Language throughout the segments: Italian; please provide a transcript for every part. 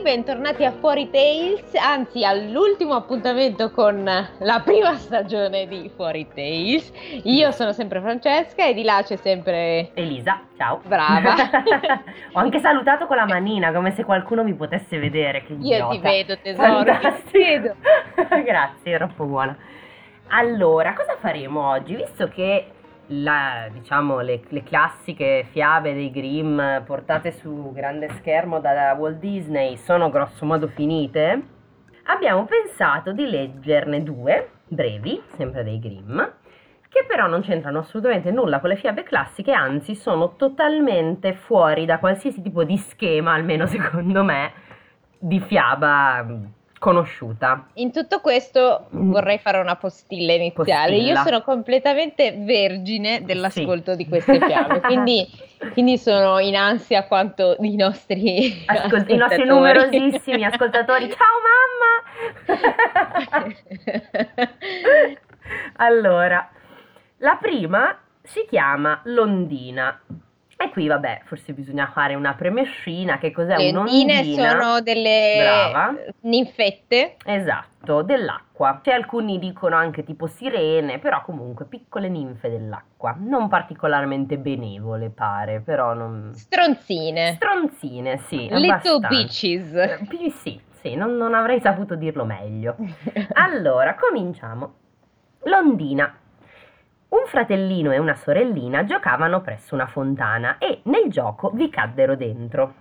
bentornati a Fuori Tales, anzi all'ultimo appuntamento con la prima stagione di Fuori Tales. Io sono sempre Francesca e di là c'è sempre Elisa, ciao. Brava. Ho anche salutato con la manina, come se qualcuno mi potesse vedere. Che Io idiota. ti vedo tesoro, io ti vedo. Grazie, era troppo buona. Allora, cosa faremo oggi? Visto che la- diciamo, le, le classiche fiabe dei Grimm portate su grande schermo da, da Walt Disney sono grossomodo finite, abbiamo pensato di leggerne due, brevi, sempre dei Grimm, che però non c'entrano assolutamente nulla con le fiabe classiche, anzi sono totalmente fuori da qualsiasi tipo di schema, almeno secondo me, di fiaba mh, conosciuta. In tutto questo vorrei fare una postilla iniziale. Mm. Postilla. Io sono completamente vergine dell'ascolto Sì. di queste fiabe, quindi, quindi sono in ansia quanto i nostri Ascol- i nostri ascoltatori. numerosissimi ascoltatori, ciao mamma! allora, la prima si chiama Londina. E qui, vabbè, forse bisogna fare una premescina, che cos'è Le ondine un'ondina? sono delle Brava. ninfette. Esatto, dell'acqua. Cioè alcuni dicono anche tipo sirene, però comunque piccole ninfe dell'acqua. Non particolarmente benevole, pare, però non... Stronzine. Stronzine, sì, Eh. Little abbastanza. bitches. Eh, pi- Sì, sì, non, non avrei saputo dirlo meglio. Allora, cominciamo. Londina. Un fratellino e una sorellina giocavano presso una fontana e nel gioco vi caddero dentro.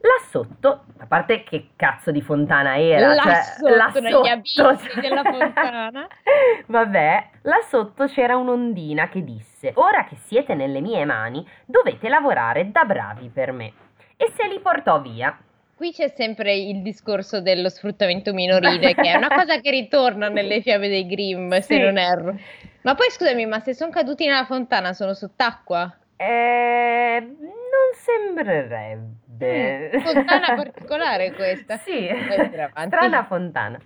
Là sotto, a parte che cazzo di fontana era, Là cioè, sotto, là negli sotto, abissi cioè- della fontana. Vabbè, là sotto c'era un'ondina che disse: Ora che siete nelle mie mani, dovete lavorare da bravi per me. E se li portò via. Qui c'è sempre il discorso dello sfruttamento minorile, che è una cosa che ritorna nelle fiabe dei Grimm, se Sì. non erro. Ma poi scusami, ma se sono caduti nella fontana sono sott'acqua? Eh, non sembrerebbe. Mm, fontana particolare questa. Sì, Puoi dire avanti. strana fontana.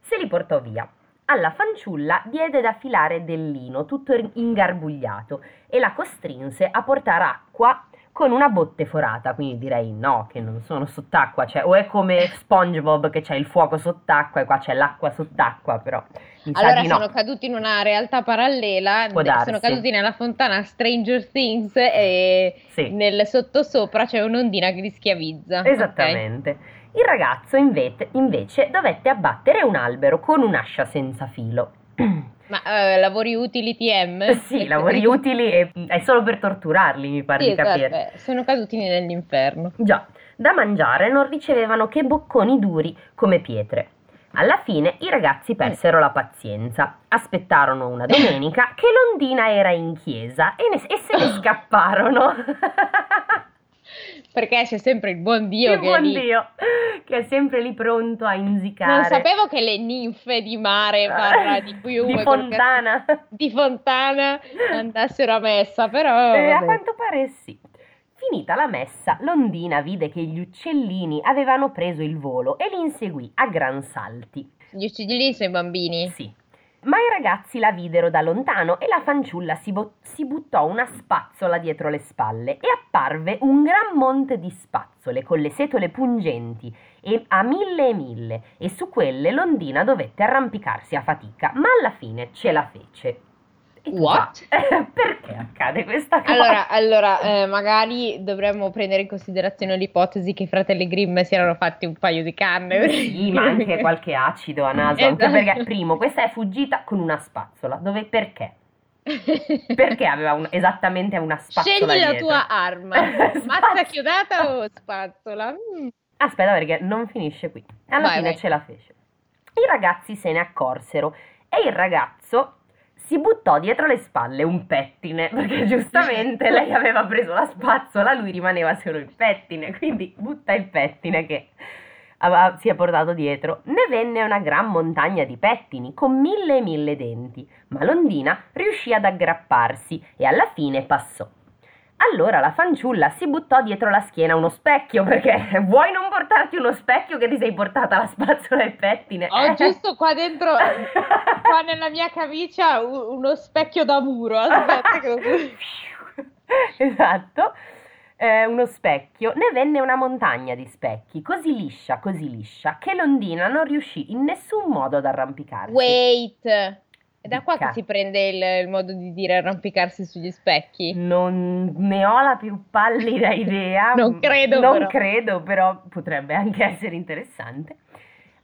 Se li portò via. Alla fanciulla diede da filare del lino tutto ri- ingarbugliato e la costrinse a portare acqua con una botte forata, quindi direi no, che non sono sott'acqua, cioè o è come SpongeBob che c'è il fuoco sott'acqua e qua c'è l'acqua sott'acqua, però mi sa Allora di no. sono caduti in una realtà parallela, Può de- sono darsi. caduti nella fontana Stranger Things e Sì. nel sottosopra c'è un'ondina che li schiavizza. ok? Esattamente. Il ragazzo invete- invece dovette abbattere un albero con un'ascia senza filo. Ma eh, lavori utili TM? Eh sì, lavori utili e è solo per torturarli, mi pare Sì, certo. di capire. vabbè, sono caduti nell'inferno. Già, da mangiare non ricevevano che bocconi duri come pietre. Alla fine i Mm. ragazzi persero la pazienza, aspettarono una domenica che l'ondina era in chiesa e, ne- e se ne scapparono. Perché c'è sempre il buon Dio Che che buon è lì. Dio, che è sempre lì pronto a inzicare. Non sapevo che le ninfe di mare, barra di fiume, Di quello che- Fontana. di fontana andassero a messa, però... Eh, a Oh, vabbè. quanto pare sì. Finita la messa, l'ondina vide che gli uccellini avevano preso il volo e li inseguì a gran salti. Gli uccellini sono i bambini. Sì. Ma i ragazzi la videro da lontano e la fanciulla si, bo- si buttò una spazzola dietro le spalle e apparve un gran monte di spazzole con le setole pungenti e a mille e mille e su quelle l'ondina dovette arrampicarsi a fatica, ma alla fine ce la fece. E tu What? già, Perché accade questa cosa? Allora, allora, eh, magari dovremmo prendere in considerazione l'ipotesi che i fratelli Grimm si erano fatti un paio di canne. Sì, ma anche qualche acido a naso, anche Esatto. perché primo, questa è fuggita con una spazzola, dove perché? Perché aveva un- esattamente una spazzola Scegli la dietro? tua arma, mazza Spazzola. chiodata o spazzola? Mm. Aspetta perché non finisce qui, alla Vai, fine vai. ce la fece. I ragazzi se ne accorsero e il ragazzo si buttò dietro le spalle un pettine, perché giustamente lei aveva preso la spazzola, lui rimaneva solo il pettine, quindi butta il pettine che aveva- si è portato dietro. Ne venne una gran montagna di pettini con mille e mille denti, ma l'ondina riuscì ad aggrapparsi e alla fine passò. Allora la fanciulla si buttò dietro la schiena uno specchio perché vuoi non portarti uno specchio che ti sei portata la spazzola e il pettine? Ho Ah, giusto qua dentro, qua nella mia camicia, u- uno specchio da muro. Aspetta, che lo- esatto. Eh, eh, uno specchio, ne venne una montagna di specchi, così liscia, così liscia, che Londina non riuscì in nessun modo ad arrampicarsi. Wait! È da qua Dica. che si prende il, il modo di dire arrampicarsi sugli specchi. Non ne ho la più pallida idea. Non credo, Non però. credo, però potrebbe anche essere interessante.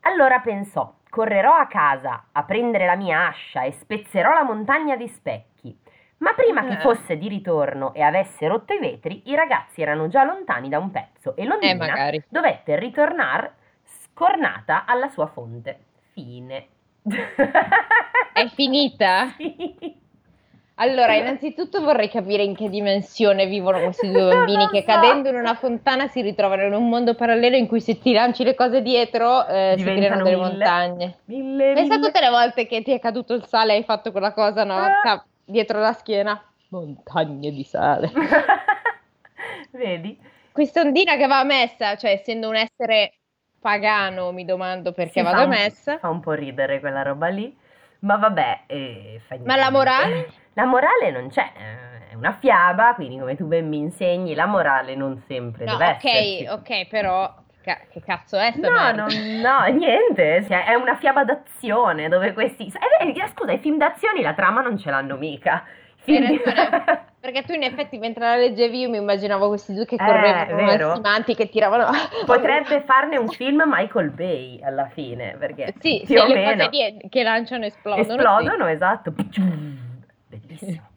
Allora pensò: correrò a casa a prendere la mia ascia e spezzerò la montagna di specchi. Ma prima che Eh. fosse di ritorno e avesse rotto i vetri, i ragazzi erano già lontani da un pezzo e Eh, Londrina magari. dovette ritornare scornata alla sua fonte. Fine. È finita? Sì. Allora, innanzitutto vorrei capire in che dimensione vivono questi due bambini Non che so. cadendo in una fontana si ritrovano in un mondo parallelo in cui se ti lanci le cose dietro eh, si creano Diventano delle mille. montagne. Mille, Pensa mille- tutte le volte che ti è caduto il sale e hai fatto quella cosa, no? Ah. Ca- dietro la schiena. Montagne di sale. Vedi? Questa ondina che va a messa, cioè essendo un essere pagano, mi domando perché Sì, vado fa a un- messa. Fa un po' ridere quella roba lì, ma vabbè, eh, fa Ma niente. la morale? La morale non c'è, eh, è una fiaba, quindi come tu ben mi insegni, la morale non sempre No, deve ok, esserci. ok, però ca- che cazzo è sta No, merda? no, no, niente, cioè, è una fiaba d'azione dove questi... eh, eh, scusa, i film d'azione la trama non ce l'hanno mica. I Film Hai di- ragione. Perché tu in effetti mentre la leggevi io mi immaginavo questi due che Eh, correvano come vero. assinanti, che tiravano... Potrebbe farne un film Michael Bay alla fine, perché Sì, più se o le meno... cose die- che lanciano esplodono. sì. esplodono, esatto. Bellissimo.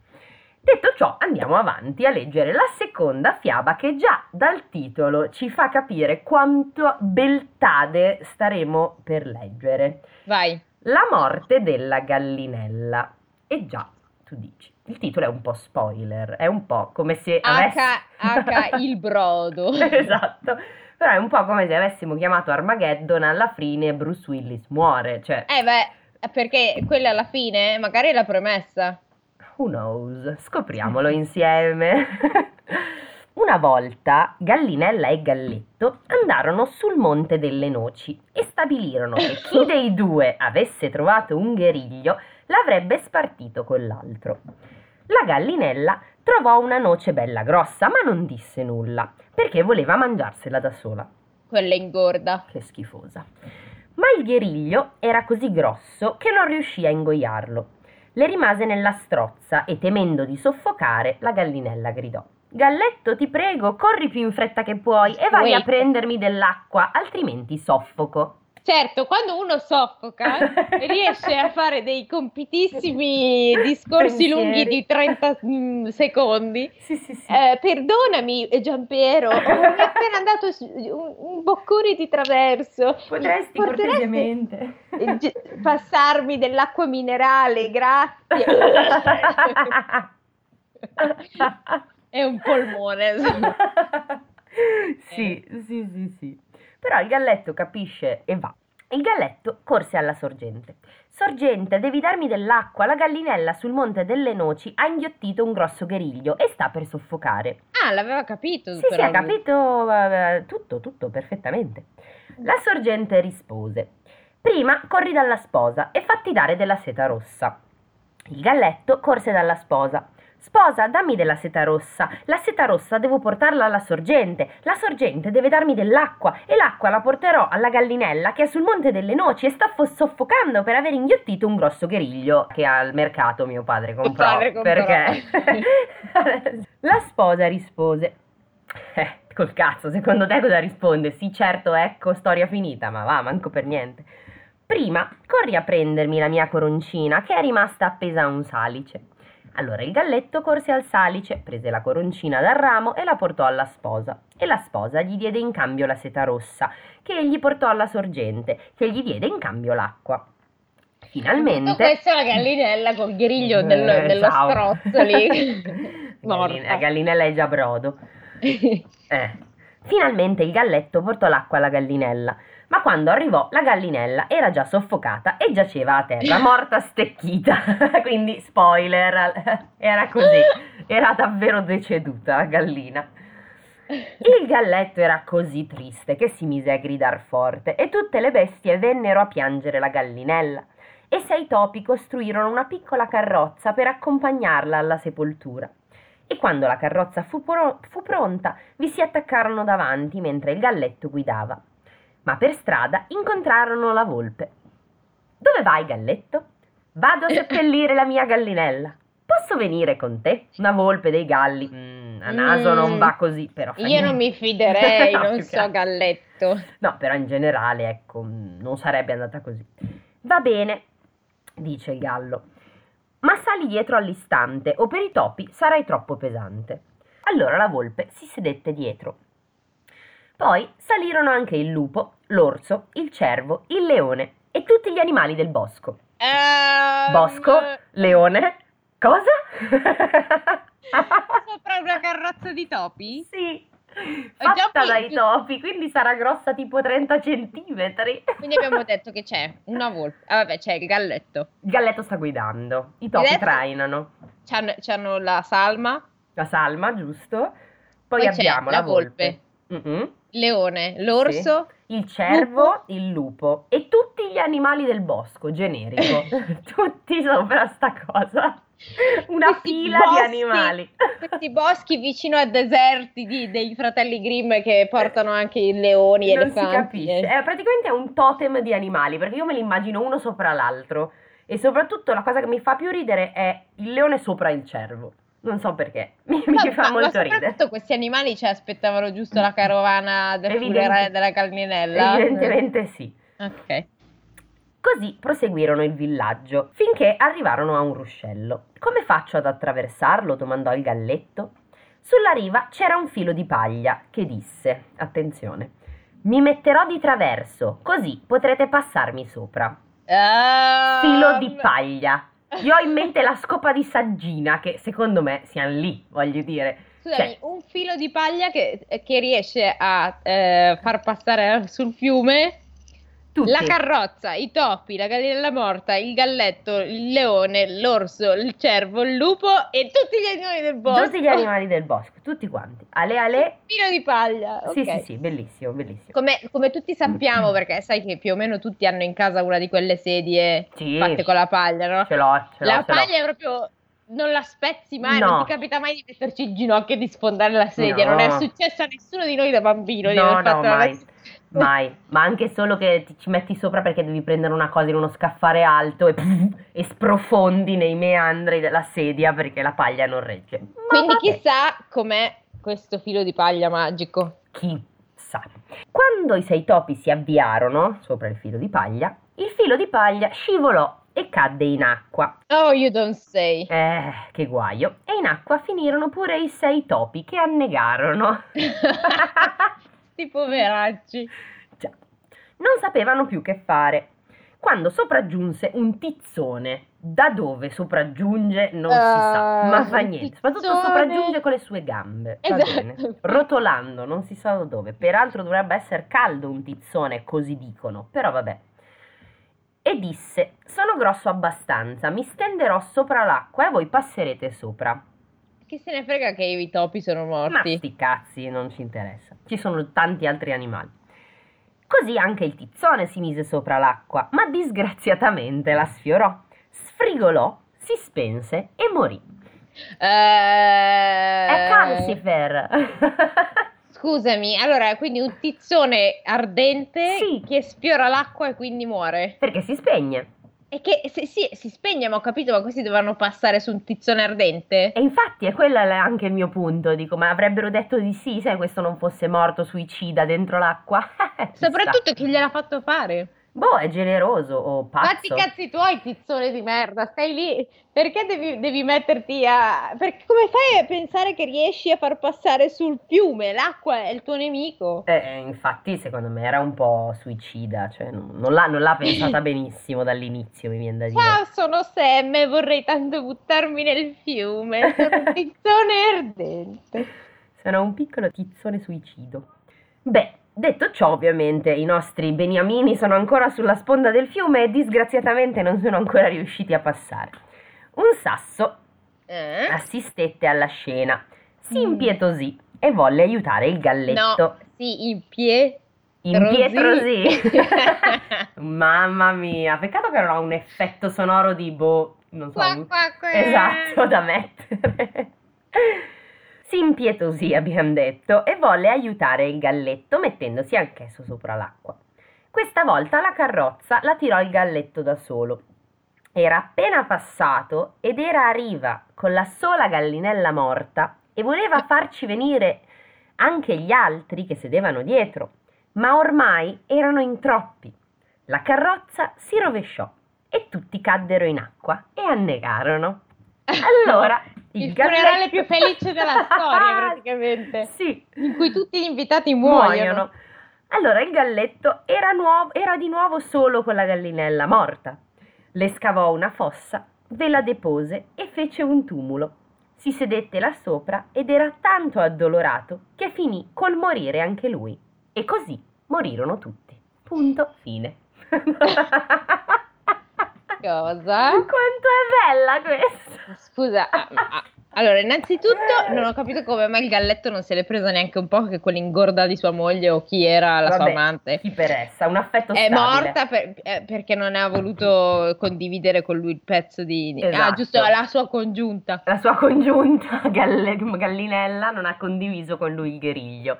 Detto ciò, andiamo avanti a leggere la seconda fiaba che già dal titolo ci fa capire quanto beltade staremo per leggere. Vai. La morte della gallinella. E già, tu dici, il titolo è un po' spoiler, è un po' come se avessi... H, H il brodo. esatto, però è un po' come se avessimo chiamato Armageddon alla fine Bruce Willis muore, cioè... Eh beh, perché quella alla fine magari è la premessa. Who knows? Scopriamolo insieme. Una volta Gallinella e Galletto andarono sul Monte delle Noci e stabilirono che chi dei due avesse trovato un gueriglio l'avrebbe spartito con l'altro. La gallinella trovò una noce bella grossa, ma non disse nulla, perché voleva mangiarsela da sola. Quella ingorda. Che schifosa. Ma il gheriglio era così grosso che non riuscì a ingoiarlo. Le rimase nella strozza e temendo di soffocare, la gallinella gridò. Galletto, ti prego, corri più in fretta che puoi e vai a Wait. prendermi dell'acqua, altrimenti soffoco. Certo, quando uno soffoca Eh? riesce a fare dei compitissimi discorsi Pensieri. lunghi di 30 mm, secondi. Sì, sì, sì. Eh, perdonami eh, Giampiero, mi è appena andato su- un, un boccone di traverso. Potresti Mi potresti- cortesemente. eh, gi- passarmi dell'acqua minerale, grazie. È un polmone. insomma. sì, sì, sì, sì. Però il galletto capisce e va. Il galletto corse alla sorgente. Sorgente, devi darmi dell'acqua. La gallinella sul monte delle noci ha inghiottito un grosso gueriglio e sta per soffocare. Ah, l'aveva capito. Sì, sì, però ha lui. capito eh, tutto, tutto perfettamente. La sorgente rispose: Prima corri dalla sposa e fatti dare della seta rossa. Il galletto corse dalla sposa. Sposa, dammi della seta rossa. La seta rossa devo portarla alla sorgente. La sorgente deve darmi dell'acqua e l'acqua la porterò alla gallinella che è sul monte delle noci e sta fo- soffocando per aver inghiottito un grosso gheriglio che al mercato mio padre Tuo comprò. padre comprò. Perché? la sposa rispose. Eh, col cazzo, secondo te cosa risponde? Sì, certo, ecco, storia finita, ma va, manco per niente. Prima corri a prendermi la mia coroncina che è rimasta appesa a un salice. Allora il galletto corse al salice, prese la coroncina dal ramo e la portò alla sposa. E la sposa gli diede in cambio la seta rossa, che egli portò alla sorgente, che gli diede in cambio l'acqua. Tutto Finalmente. questo è la gallinella col griglio del- Eh, dello ciao. strozzo lì. Galline- Morta. La gallinella è già brodo. Eh. Finalmente il galletto portò l'acqua alla gallinella, ma quando arrivò la gallinella era già soffocata e giaceva a terra, morta stecchita. Quindi, spoiler, era così, era davvero deceduta la gallina. Il galletto era così triste che si mise a gridar forte e tutte le bestie vennero a piangere la gallinella e sei topi costruirono una piccola carrozza per accompagnarla alla sepoltura. E quando la carrozza fu, pro- fu pronta, vi si attaccarono davanti mentre il galletto guidava. Ma per strada incontrarono la volpe. Dove vai, galletto? Vado a seppellire la mia gallinella. Posso venire con te? Una volpe dei galli. mm, a naso non Mm. va così, però. fa Io non niente. mi fiderei, No, non più so, che altro. galletto. No, però in generale, ecco, mh, non sarebbe andata così. Va bene, dice il gallo, ma sali dietro all'istante o per i topi sarai troppo pesante. Allora la volpe si sedette dietro. Poi salirono anche il lupo, l'orso, il cervo, il leone e tutti gli animali del bosco. Ehm, Bosco, leone, cosa? Sopra una carrozza di topi? sì, Ho già fatta pi- dai pi- topi, quindi sarà grossa tipo 30 centimetri. Quindi abbiamo detto che c'è una volpe. Ah, vabbè, c'è il galletto. Il galletto sta guidando, i topi Galletto? trainano, C'hanno, c'hanno la salma, la salma, giusto? Poi, Poi c'è abbiamo la la volpe, Mhm. il leone, l'orso. il cervo, il lupo e tutti gli animali del bosco, generico. tutti sopra sta cosa. Una Questi fila di boschi- animali. Questi boschi vicino a deserti di- dei fratelli Grimm che portano anche i leoni e non le si capisce. Eh, praticamente è un totem di animali, perché io me li immagino uno sopra l'altro. E soprattutto la cosa che mi fa più ridere è il leone sopra il cervo. Non so perché, mi, mi fa molto ridere. soprattutto questi animali ci aspettavano giusto la carovana del Evidente- funerale della gallinella. Evidentemente sì. Ok. Così proseguirono il villaggio, finché arrivarono a un ruscello. Come faccio ad attraversarlo? domandò il galletto. Sulla riva c'era un filo di paglia che disse, attenzione, mi metterò di traverso, così potrete passarmi sopra. Filo di Ehm, paglia. Io ho in mente la scopa di saggina, che secondo me siamo lì, voglio dire. Scusami, Cioè- un filo di paglia che, che riesce a eh, far passare sul fiume Tutti. la carrozza, i topi, la gallinella morta, il galletto, il leone, l'orso, il cervo, il lupo e tutti gli animali del bosco. Tutti gli animali del bosco, tutti quanti. Ale ale. Filo di paglia. Sì, ok. sì, sì, bellissimo, bellissimo. Come, come tutti sappiamo, perché sai che più o meno tutti hanno in casa una di quelle sedie Sì. fatte con la paglia, no? Ce l'ho, ce l'ho. la ce l'ho. paglia è proprio. Non la spezzi mai, No. non ti capita mai di metterci in ginocchio e di sfondare la sedia. Non è No. successo a nessuno di noi da bambino di No, aver no, fatto la mai. Mai, ma anche solo che ti ci metti sopra perché devi prendere una cosa in uno scaffale alto e, e sprofondi nei meandri della sedia perché la paglia non regge. Ma Quindi vabbè, chissà com'è questo filo di paglia magico. chissà. Quando i sei topi si avviarono sopra il filo di paglia, il filo di paglia scivolò e cadde in acqua. Oh, you don't say. Eh, che guaio. E in acqua finirono pure i sei topi che annegarono. Sti poveracci. Già, non sapevano più che fare. Quando sopraggiunse un tizzone, da dove sopraggiunge non si sa, Ah, ma fa un niente. Soprattutto tizzone. sopraggiunge con le sue gambe, va Esatto. bene. rotolando, non si sa da dove. Peraltro dovrebbe essere caldo un tizzone, così dicono, però vabbè. E disse: Sono grosso abbastanza, mi stenderò sopra l'acqua e voi passerete sopra. Chi se ne frega che i topi sono Ma morti? sti cazzi, non ci interessa. Ci sono tanti altri animali. Così anche il tizzone si mise sopra l'acqua, ma disgraziatamente la sfiorò, sfrigolò, si spense e morì. È Eh, calcifer! scusami, allora, quindi un tizzone ardente Sì. che sfiora l'acqua e quindi muore. Perché si spegne. E che se- sì, si spegne, ma ho capito, ma questi dovranno passare su un tizzone ardente? E infatti è quello è anche il mio punto, dico, ma avrebbero detto di sì se questo non fosse morto suicida dentro l'acqua. Chissà. Soprattutto chi gliel'ha fatto fare? Boh, è generoso o Fatti i pazzo. cazzi tuoi, tizzone di merda, stai lì. Perché devi, devi metterti a. Perché come fai a pensare che riesci a far passare sul fiume? L'acqua è il tuo nemico. Eh, infatti, secondo me era un po' suicida, cioè non, non l'ha, non l'ha pensata benissimo dall'inizio, mi viene da dire. Ciao, sono Sam e vorrei tanto buttarmi nel fiume. Sono un tizzone ardente. Sono un piccolo tizzone suicido. Beh, detto ciò, ovviamente, i nostri beniamini sono ancora sulla sponda del fiume e disgraziatamente non sono ancora riusciti a passare. Un sasso Eh? assistette alla scena, si Mm. impietosì e volle aiutare il No, galletto. sì, in pie. Impietrosì. Mamma mia, peccato che non ha un effetto sonoro di boh, non so, Qua, un- qua, qua. Esatto, da Esatto, mettere. Si impietosì, abbiamo detto, e volle aiutare il galletto mettendosi anch'esso sopra l'acqua. Questa volta la carrozza la tirò il galletto da solo. Era appena passato ed era a riva con la sola gallinella morta e voleva farci venire anche gli altri che sedevano dietro, ma ormai erano in troppi. La carrozza si rovesciò e tutti caddero in acqua e annegarono. Allora, Il, il, funerale galletto- più felice della storia, praticamente. Sì, In cui tutti gli invitati muoiono. muoiono. Allora il galletto era, nuovo, era di nuovo solo con la gallinella morta. Le scavò una fossa, ve la depose e fece un tumulo. Si sedette là sopra ed era tanto addolorato che finì col morire anche lui. E così morirono tutti. Punto fine. Cosa? Quanto è bella questa! Scusa. ah, ah, Allora, innanzitutto non ho capito come mai il galletto non se l'è presa neanche un po' che quell'ingorda di sua moglie o chi era la sua Vabbè, amante. Chi per essa, un affetto È stabile. morta per- eh, perché non ha voluto condividere con lui il pezzo di... di- Ah, Esatto. giusto, la sua congiunta. La sua congiunta Galle- Gallinella non ha condiviso con lui il guerriglio.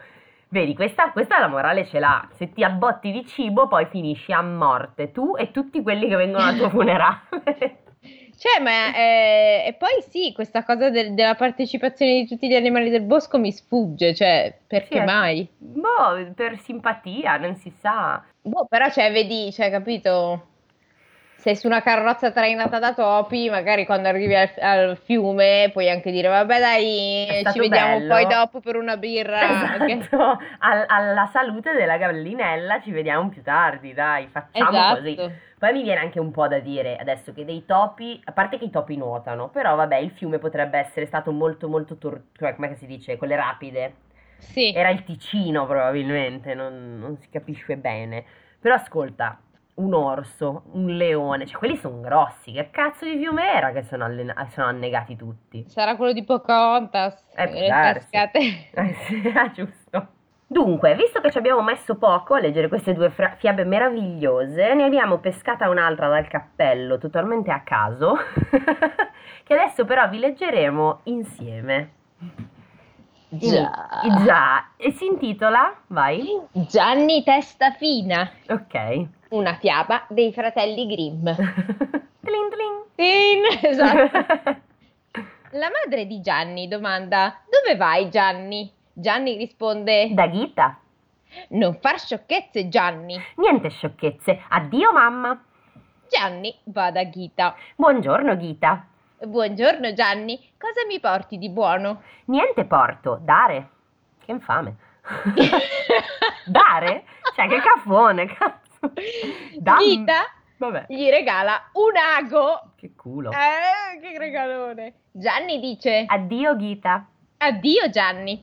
Vedi, questa, questa la morale ce l'ha. Se ti abbotti di cibo, poi finisci a morte tu e tutti quelli che vengono al tuo funerale. Cioè, ma eh, e poi sì, questa cosa del- della partecipazione di tutti gli animali del bosco mi sfugge, cioè, perché Sì, eh. mai? boh, per simpatia, non si sa. Boh, però, cioè, vedi, cioè, capito? Sei su una carrozza trainata da topi, magari quando arrivi al, al fiume puoi anche dire, vabbè, È dai, ci stato vediamo bello." poi dopo per una birra. Ah, ok? Esatto. Al- alla salute della gallinella ci vediamo più tardi, dai, facciamo così. Esatto. Poi mi viene anche un po' da dire adesso che dei topi, a parte che i topi nuotano, però vabbè il fiume potrebbe essere stato molto molto, tor- cioè come si dice, con le rapide. Sì. Era il Ticino probabilmente, non, non si capisce bene. Però ascolta, un orso, un leone, cioè quelli sono grossi, che cazzo di fiume era che sono, allena- sono annegati tutti? Sarà quello di Pocahontas, Eh, può le darsi. cascate. Eh sì, ah, giusto. Dunque, visto che ci abbiamo messo poco a leggere queste due fra- fiabe meravigliose, ne abbiamo pescata un'altra dal cappello, totalmente a caso, che adesso però vi leggeremo insieme. Già. Già, e si intitola? Vai. Gianni Testafina, Ok. una fiaba dei fratelli Grimm. Tling, tling. Sì, esatto. La madre di Gianni domanda: Dove vai, Gianni? Gianni risponde: Da Ghita. Non far sciocchezze, Gianni. Niente sciocchezze. Addio mamma. Gianni va da Ghita. Buongiorno Ghita. Buongiorno, Gianni. Cosa mi porti di buono? Niente porto. Dare. Che infame. Dare? Cioè che caffone, cazzo. Dammi. Ghita Vabbè. gli regala un ago. Che culo. Eh, che regalone. Gianni dice: Addio Ghita. Addio, Gianni.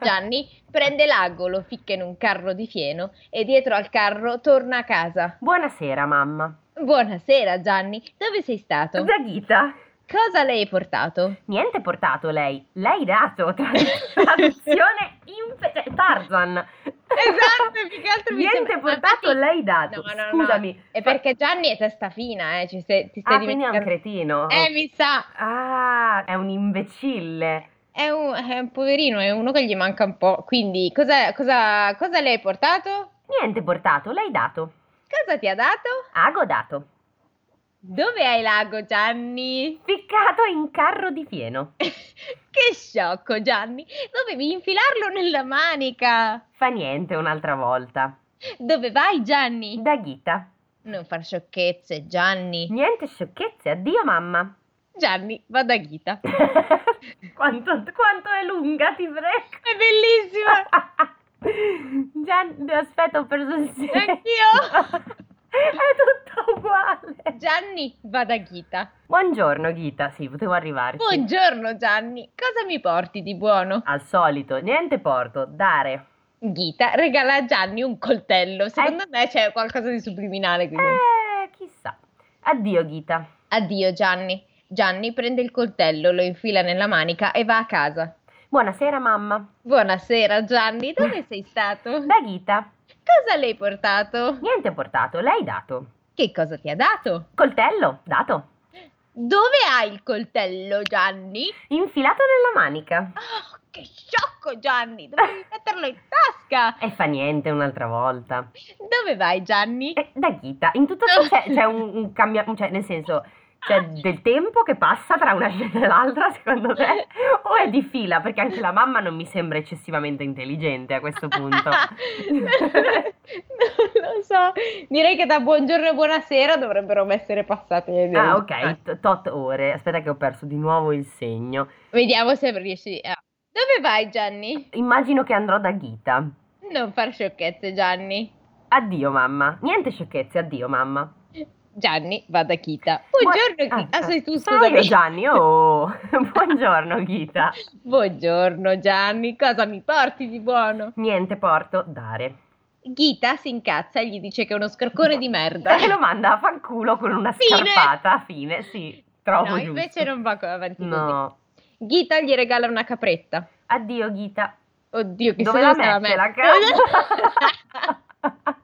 Gianni prende l'ago, lo ficca in un carro di fieno e dietro al carro torna a casa. Buonasera mamma. Buonasera Gianni, dove sei stato? Da Ghita. Cosa le hai portato? Niente portato lei. Lei dato. Tra- Traduzione impe- cioè, Tarzan. Esatto, più che altro mi Niente sembra- portato, ma infatti- lei dato. No, no, no. Scusami. È perché Gianni è testa fina, eh, ci sei- ti stai Ah, quindi è un dimenticando. cretino. Eh, mi sa, Ah, è un imbecille. è un, è un poverino, è uno che gli manca un po'. Quindi, cosa, cosa, cosa le hai portato? Niente portato, l'hai dato. Cosa ti ha dato? Ago dato. Dove hai l'ago, Gianni? Ficcato in carro di fieno. Che sciocco, Gianni! Dovevi infilarlo nella manica! Fa niente un'altra volta. Dove vai, Gianni? Da ghita. Non far sciocchezze, Gianni. Niente sciocchezze, addio mamma. Gianni, vado a Ghita. quanto, quanto è lunga, ti prego. È bellissima! Gian, aspetta, ho perso il senso. Anch'io. è tutto uguale. Gianni, vado a Ghita. Buongiorno Ghita, Eh sì, potevo arrivarci. Buongiorno, Gianni. Cosa mi porti di buono? Al solito, niente porto, dare. Ghita regala a Gianni un coltello. Secondo Eh. me c'è qualcosa di subliminale qui. Eh, chissà. Addio Ghita. Addio, Gianni. Gianni prende il coltello, lo infila nella manica e va a casa. Buonasera mamma. Buonasera, Gianni. Dove sei stato? Da Ghita. Cosa le hai portato? Niente portato, lei dato. Che cosa ti ha dato? Coltello, dato. Dove hai il coltello, Gianni? Infilato nella manica. Oh, che sciocco, Gianni! Dovevi metterlo in tasca! E fa niente un'altra volta. Dove vai, Gianni? Eh, da Ghita, in tutto ciò c'è, c'è un, un cambiamento, cioè nel senso, c'è del tempo che passa tra una scena e l'altra, secondo te? O è di fila? Perché anche la mamma non mi sembra eccessivamente intelligente a questo punto. non lo so. Direi che da buongiorno e buonasera dovrebbero essere passate. le- Ah, ok, t- tot ore. Aspetta che ho perso di nuovo il segno. Vediamo se riesci. ah. Dove vai, Gianni? Immagino che andrò da Ghita. Non far sciocchezze, Gianni. Addio mamma. Niente sciocchezze, addio mamma. Gianni, va da Kita. Buongiorno, Gua- Kita. Ah, sei tu, Sono io scusami. Gianni, oh. Buongiorno Ghita. Buongiorno, Gianni. Cosa mi porti di buono? Niente porto, dare. Ghita si incazza e gli dice che è uno scarcone di merda. E lo manda a fanculo con una Fine. scarpata a fine, sì. Trovo No, giusto. invece non va avanti No. così. Ghita gli regala una capretta. Addio Ghita. Oddio, che Dove solo la se la mette la mette. casa?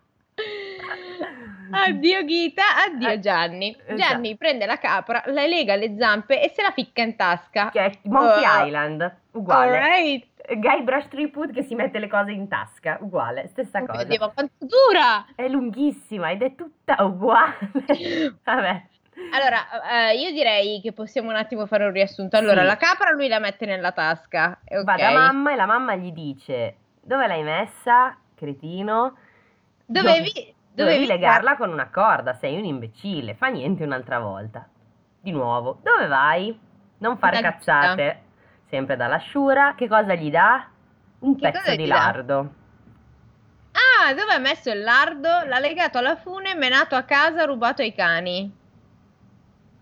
Addio Ghita, addio Eh, Gianni. esatto. Gianni prende la capra, la lega alle zampe e se la ficca in tasca. Che è Monkey Oh. Island, uguale. Alright. Guybrush Threepwood che si mette le cose in tasca, uguale, stessa cosa. Oddio, ma quanto dura! È lunghissima ed è tutta uguale. Vabbè. Allora, eh, io direi che possiamo un attimo fare un riassunto. Allora, Sì. la capra lui la mette nella tasca. eh, Ok. Va da mamma e la mamma gli dice dove l'hai messa, cretino? Dovevi, Dovevi legarla con una corda, sei un imbecille, fa niente un'altra volta. Di nuovo, dove vai? Non fare Dalla cazzate. Sempre dalla Shura, che cosa gli dà? Un Che pezzo cosa di gli dà? lardo. Ah, dove ha messo il lardo? L'ha legato alla fune, menato a casa, rubato ai cani.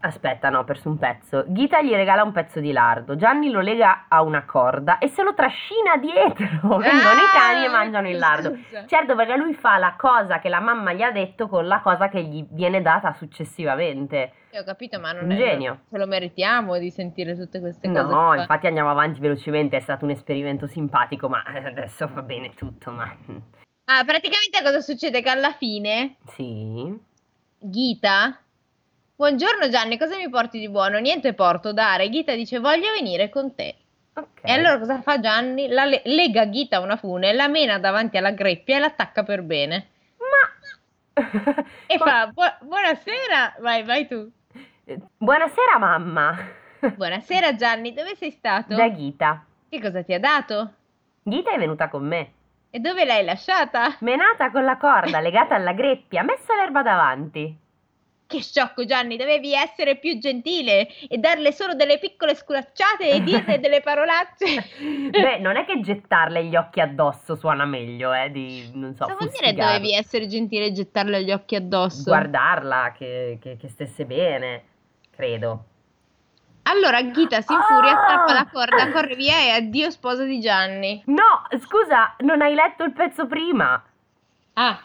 Aspetta, no, ho perso un pezzo. Ghita gli regala un pezzo di lardo, Gianni lo lega a una corda e se lo trascina dietro. Vengono i cani e Ah, mangiano il lardo. scusa. Certo, perché lui fa la cosa che la mamma gli ha detto con la cosa che gli viene data successivamente. Ho capito, ma non Un è genio. Ce lo meritiamo di sentire tutte queste cose. No, qua. infatti andiamo avanti velocemente, è stato un esperimento simpatico, ma eh, adesso va bene tutto, ma... Ah, praticamente cosa succede? Che alla fine, Sì? Ghita. Buongiorno Gianni, cosa mi porti di buono? Niente porto, dare. Ghita dice voglio venire con te. Ok. E allora cosa fa Gianni? La le- lega Ghita a una fune, la mena davanti alla greppia e l'attacca per bene. Ma... E Come- fa "Bu- buonasera, vai, vai tu. Eh, Buonasera mamma! Buonasera Gianni, dove sei stato? Da Ghita. Che cosa ti ha dato? Ghita è venuta con me. E dove l'hai lasciata? Menata con la corda legata alla greppia, messa l'erba davanti. Che sciocco Gianni, dovevi essere più gentile e darle solo delle piccole sculacciate e dirle delle parolacce. Beh, non è che gettarle gli occhi addosso suona meglio, eh, di, non so, Cosa vuol dire fustigarla. dovevi essere gentile e gettarle gli occhi addosso? Guardarla, che, che- che stesse bene, credo. Allora Ghita si infuria, Ah! strappa la corda, corre via e addio sposa di Gianni. No, scusa, non hai letto il pezzo prima. Ah,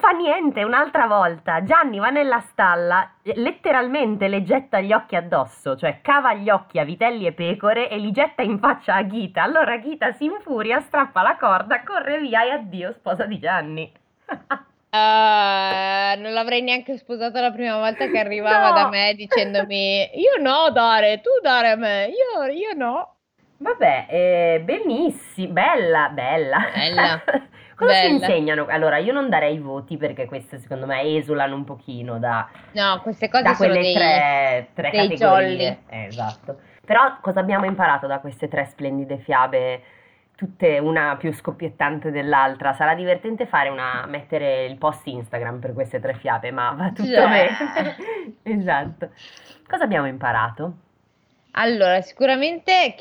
Fa niente, un'altra volta. Gianni va nella stalla, letteralmente le getta gli occhi addosso, cioè cava gli occhi a vitelli e pecore e li getta in faccia a Ghita. Allora Ghita si infuria, strappa la corda, corre via e addio sposa di Gianni. eh, non l'avrei neanche sposata la prima volta che arrivava No. da me dicendomi io no Dare, tu dare a me, io, io no. Vabbè, eh, benissimo, bella, bella. Bella, Cosa si bella. insegnano? Allora, io non darei i voti perché queste secondo me esulano un pochino da... No, queste cose da sono quelle dei... tre, tre dei categorie. Eh, esatto. Però cosa abbiamo imparato da queste tre splendide fiabe? Tutte una più scoppiettante dell'altra. Sarà divertente fare una, mettere il post Instagram per queste tre fiabe, ma va tutto Già. bene. esatto. Cosa abbiamo imparato? Allora, sicuramente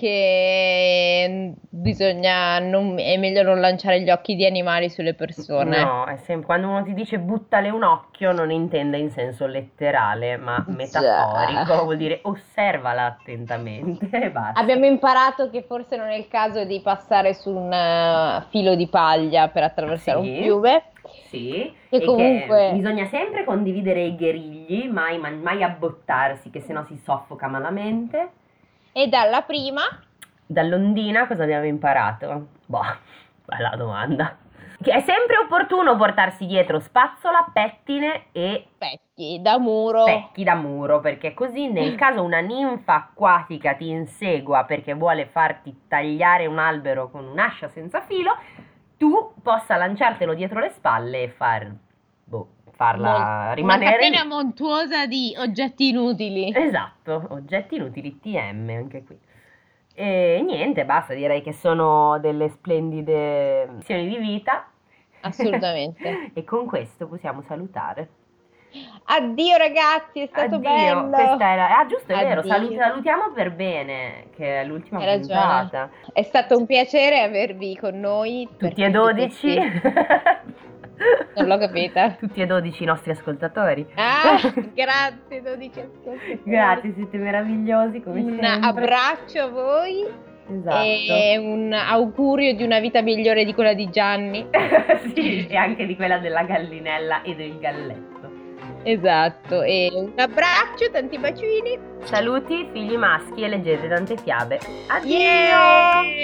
che bisogna non- è meglio non lanciare gli occhi di animali sulle persone. No, è sem- quando uno ti dice buttale un occhio non intende in senso letterale, ma Già. metaforico, vuol dire osservala attentamente e basta. Abbiamo imparato che forse non è il caso di passare su un eh, filo di paglia per attraversare Sì. un fiume. Sì, E e, comunque- che bisogna sempre condividere i guerrigli, mai, ma- mai abbottarsi, che sennò si soffoca malamente. E dalla prima, Dall'ondina cosa abbiamo imparato? Boh, bella domanda. Che è sempre opportuno portarsi dietro spazzola, pettine e Specchi da muro. specchi da muro, perché così nel caso una ninfa acquatica ti insegua perché vuole farti tagliare un albero con un'ascia senza filo, tu possa lanciartelo dietro le spalle e far, boh, farla Una rimanere lì. catena montuosa di oggetti inutili. Esatto, oggetti inutili TM anche qui. E niente, basta, direi che sono delle splendide lezioni di vita. Assolutamente. e con questo possiamo salutare. Addio ragazzi, è stato Addio, bello. questa era Ah, giusto, è vero, Addio. salut- salutiamo per bene, che è l'ultima Hai ragione. puntata. È stato un piacere avervi con noi. per Tutti e 12. tutti. Non l'ho capita. Tutti e 12 i nostri ascoltatori. Ah, grazie 12 ascoltatori. Grazie, siete meravigliosi come Un sempre. abbraccio a voi Esatto. e un augurio di una vita migliore di quella di Gianni. sì, e anche di quella della gallinella e del galletto. Esatto, e un abbraccio, tanti bacini. Saluti figli maschi e leggete tante fiabe. Addio! Yeah!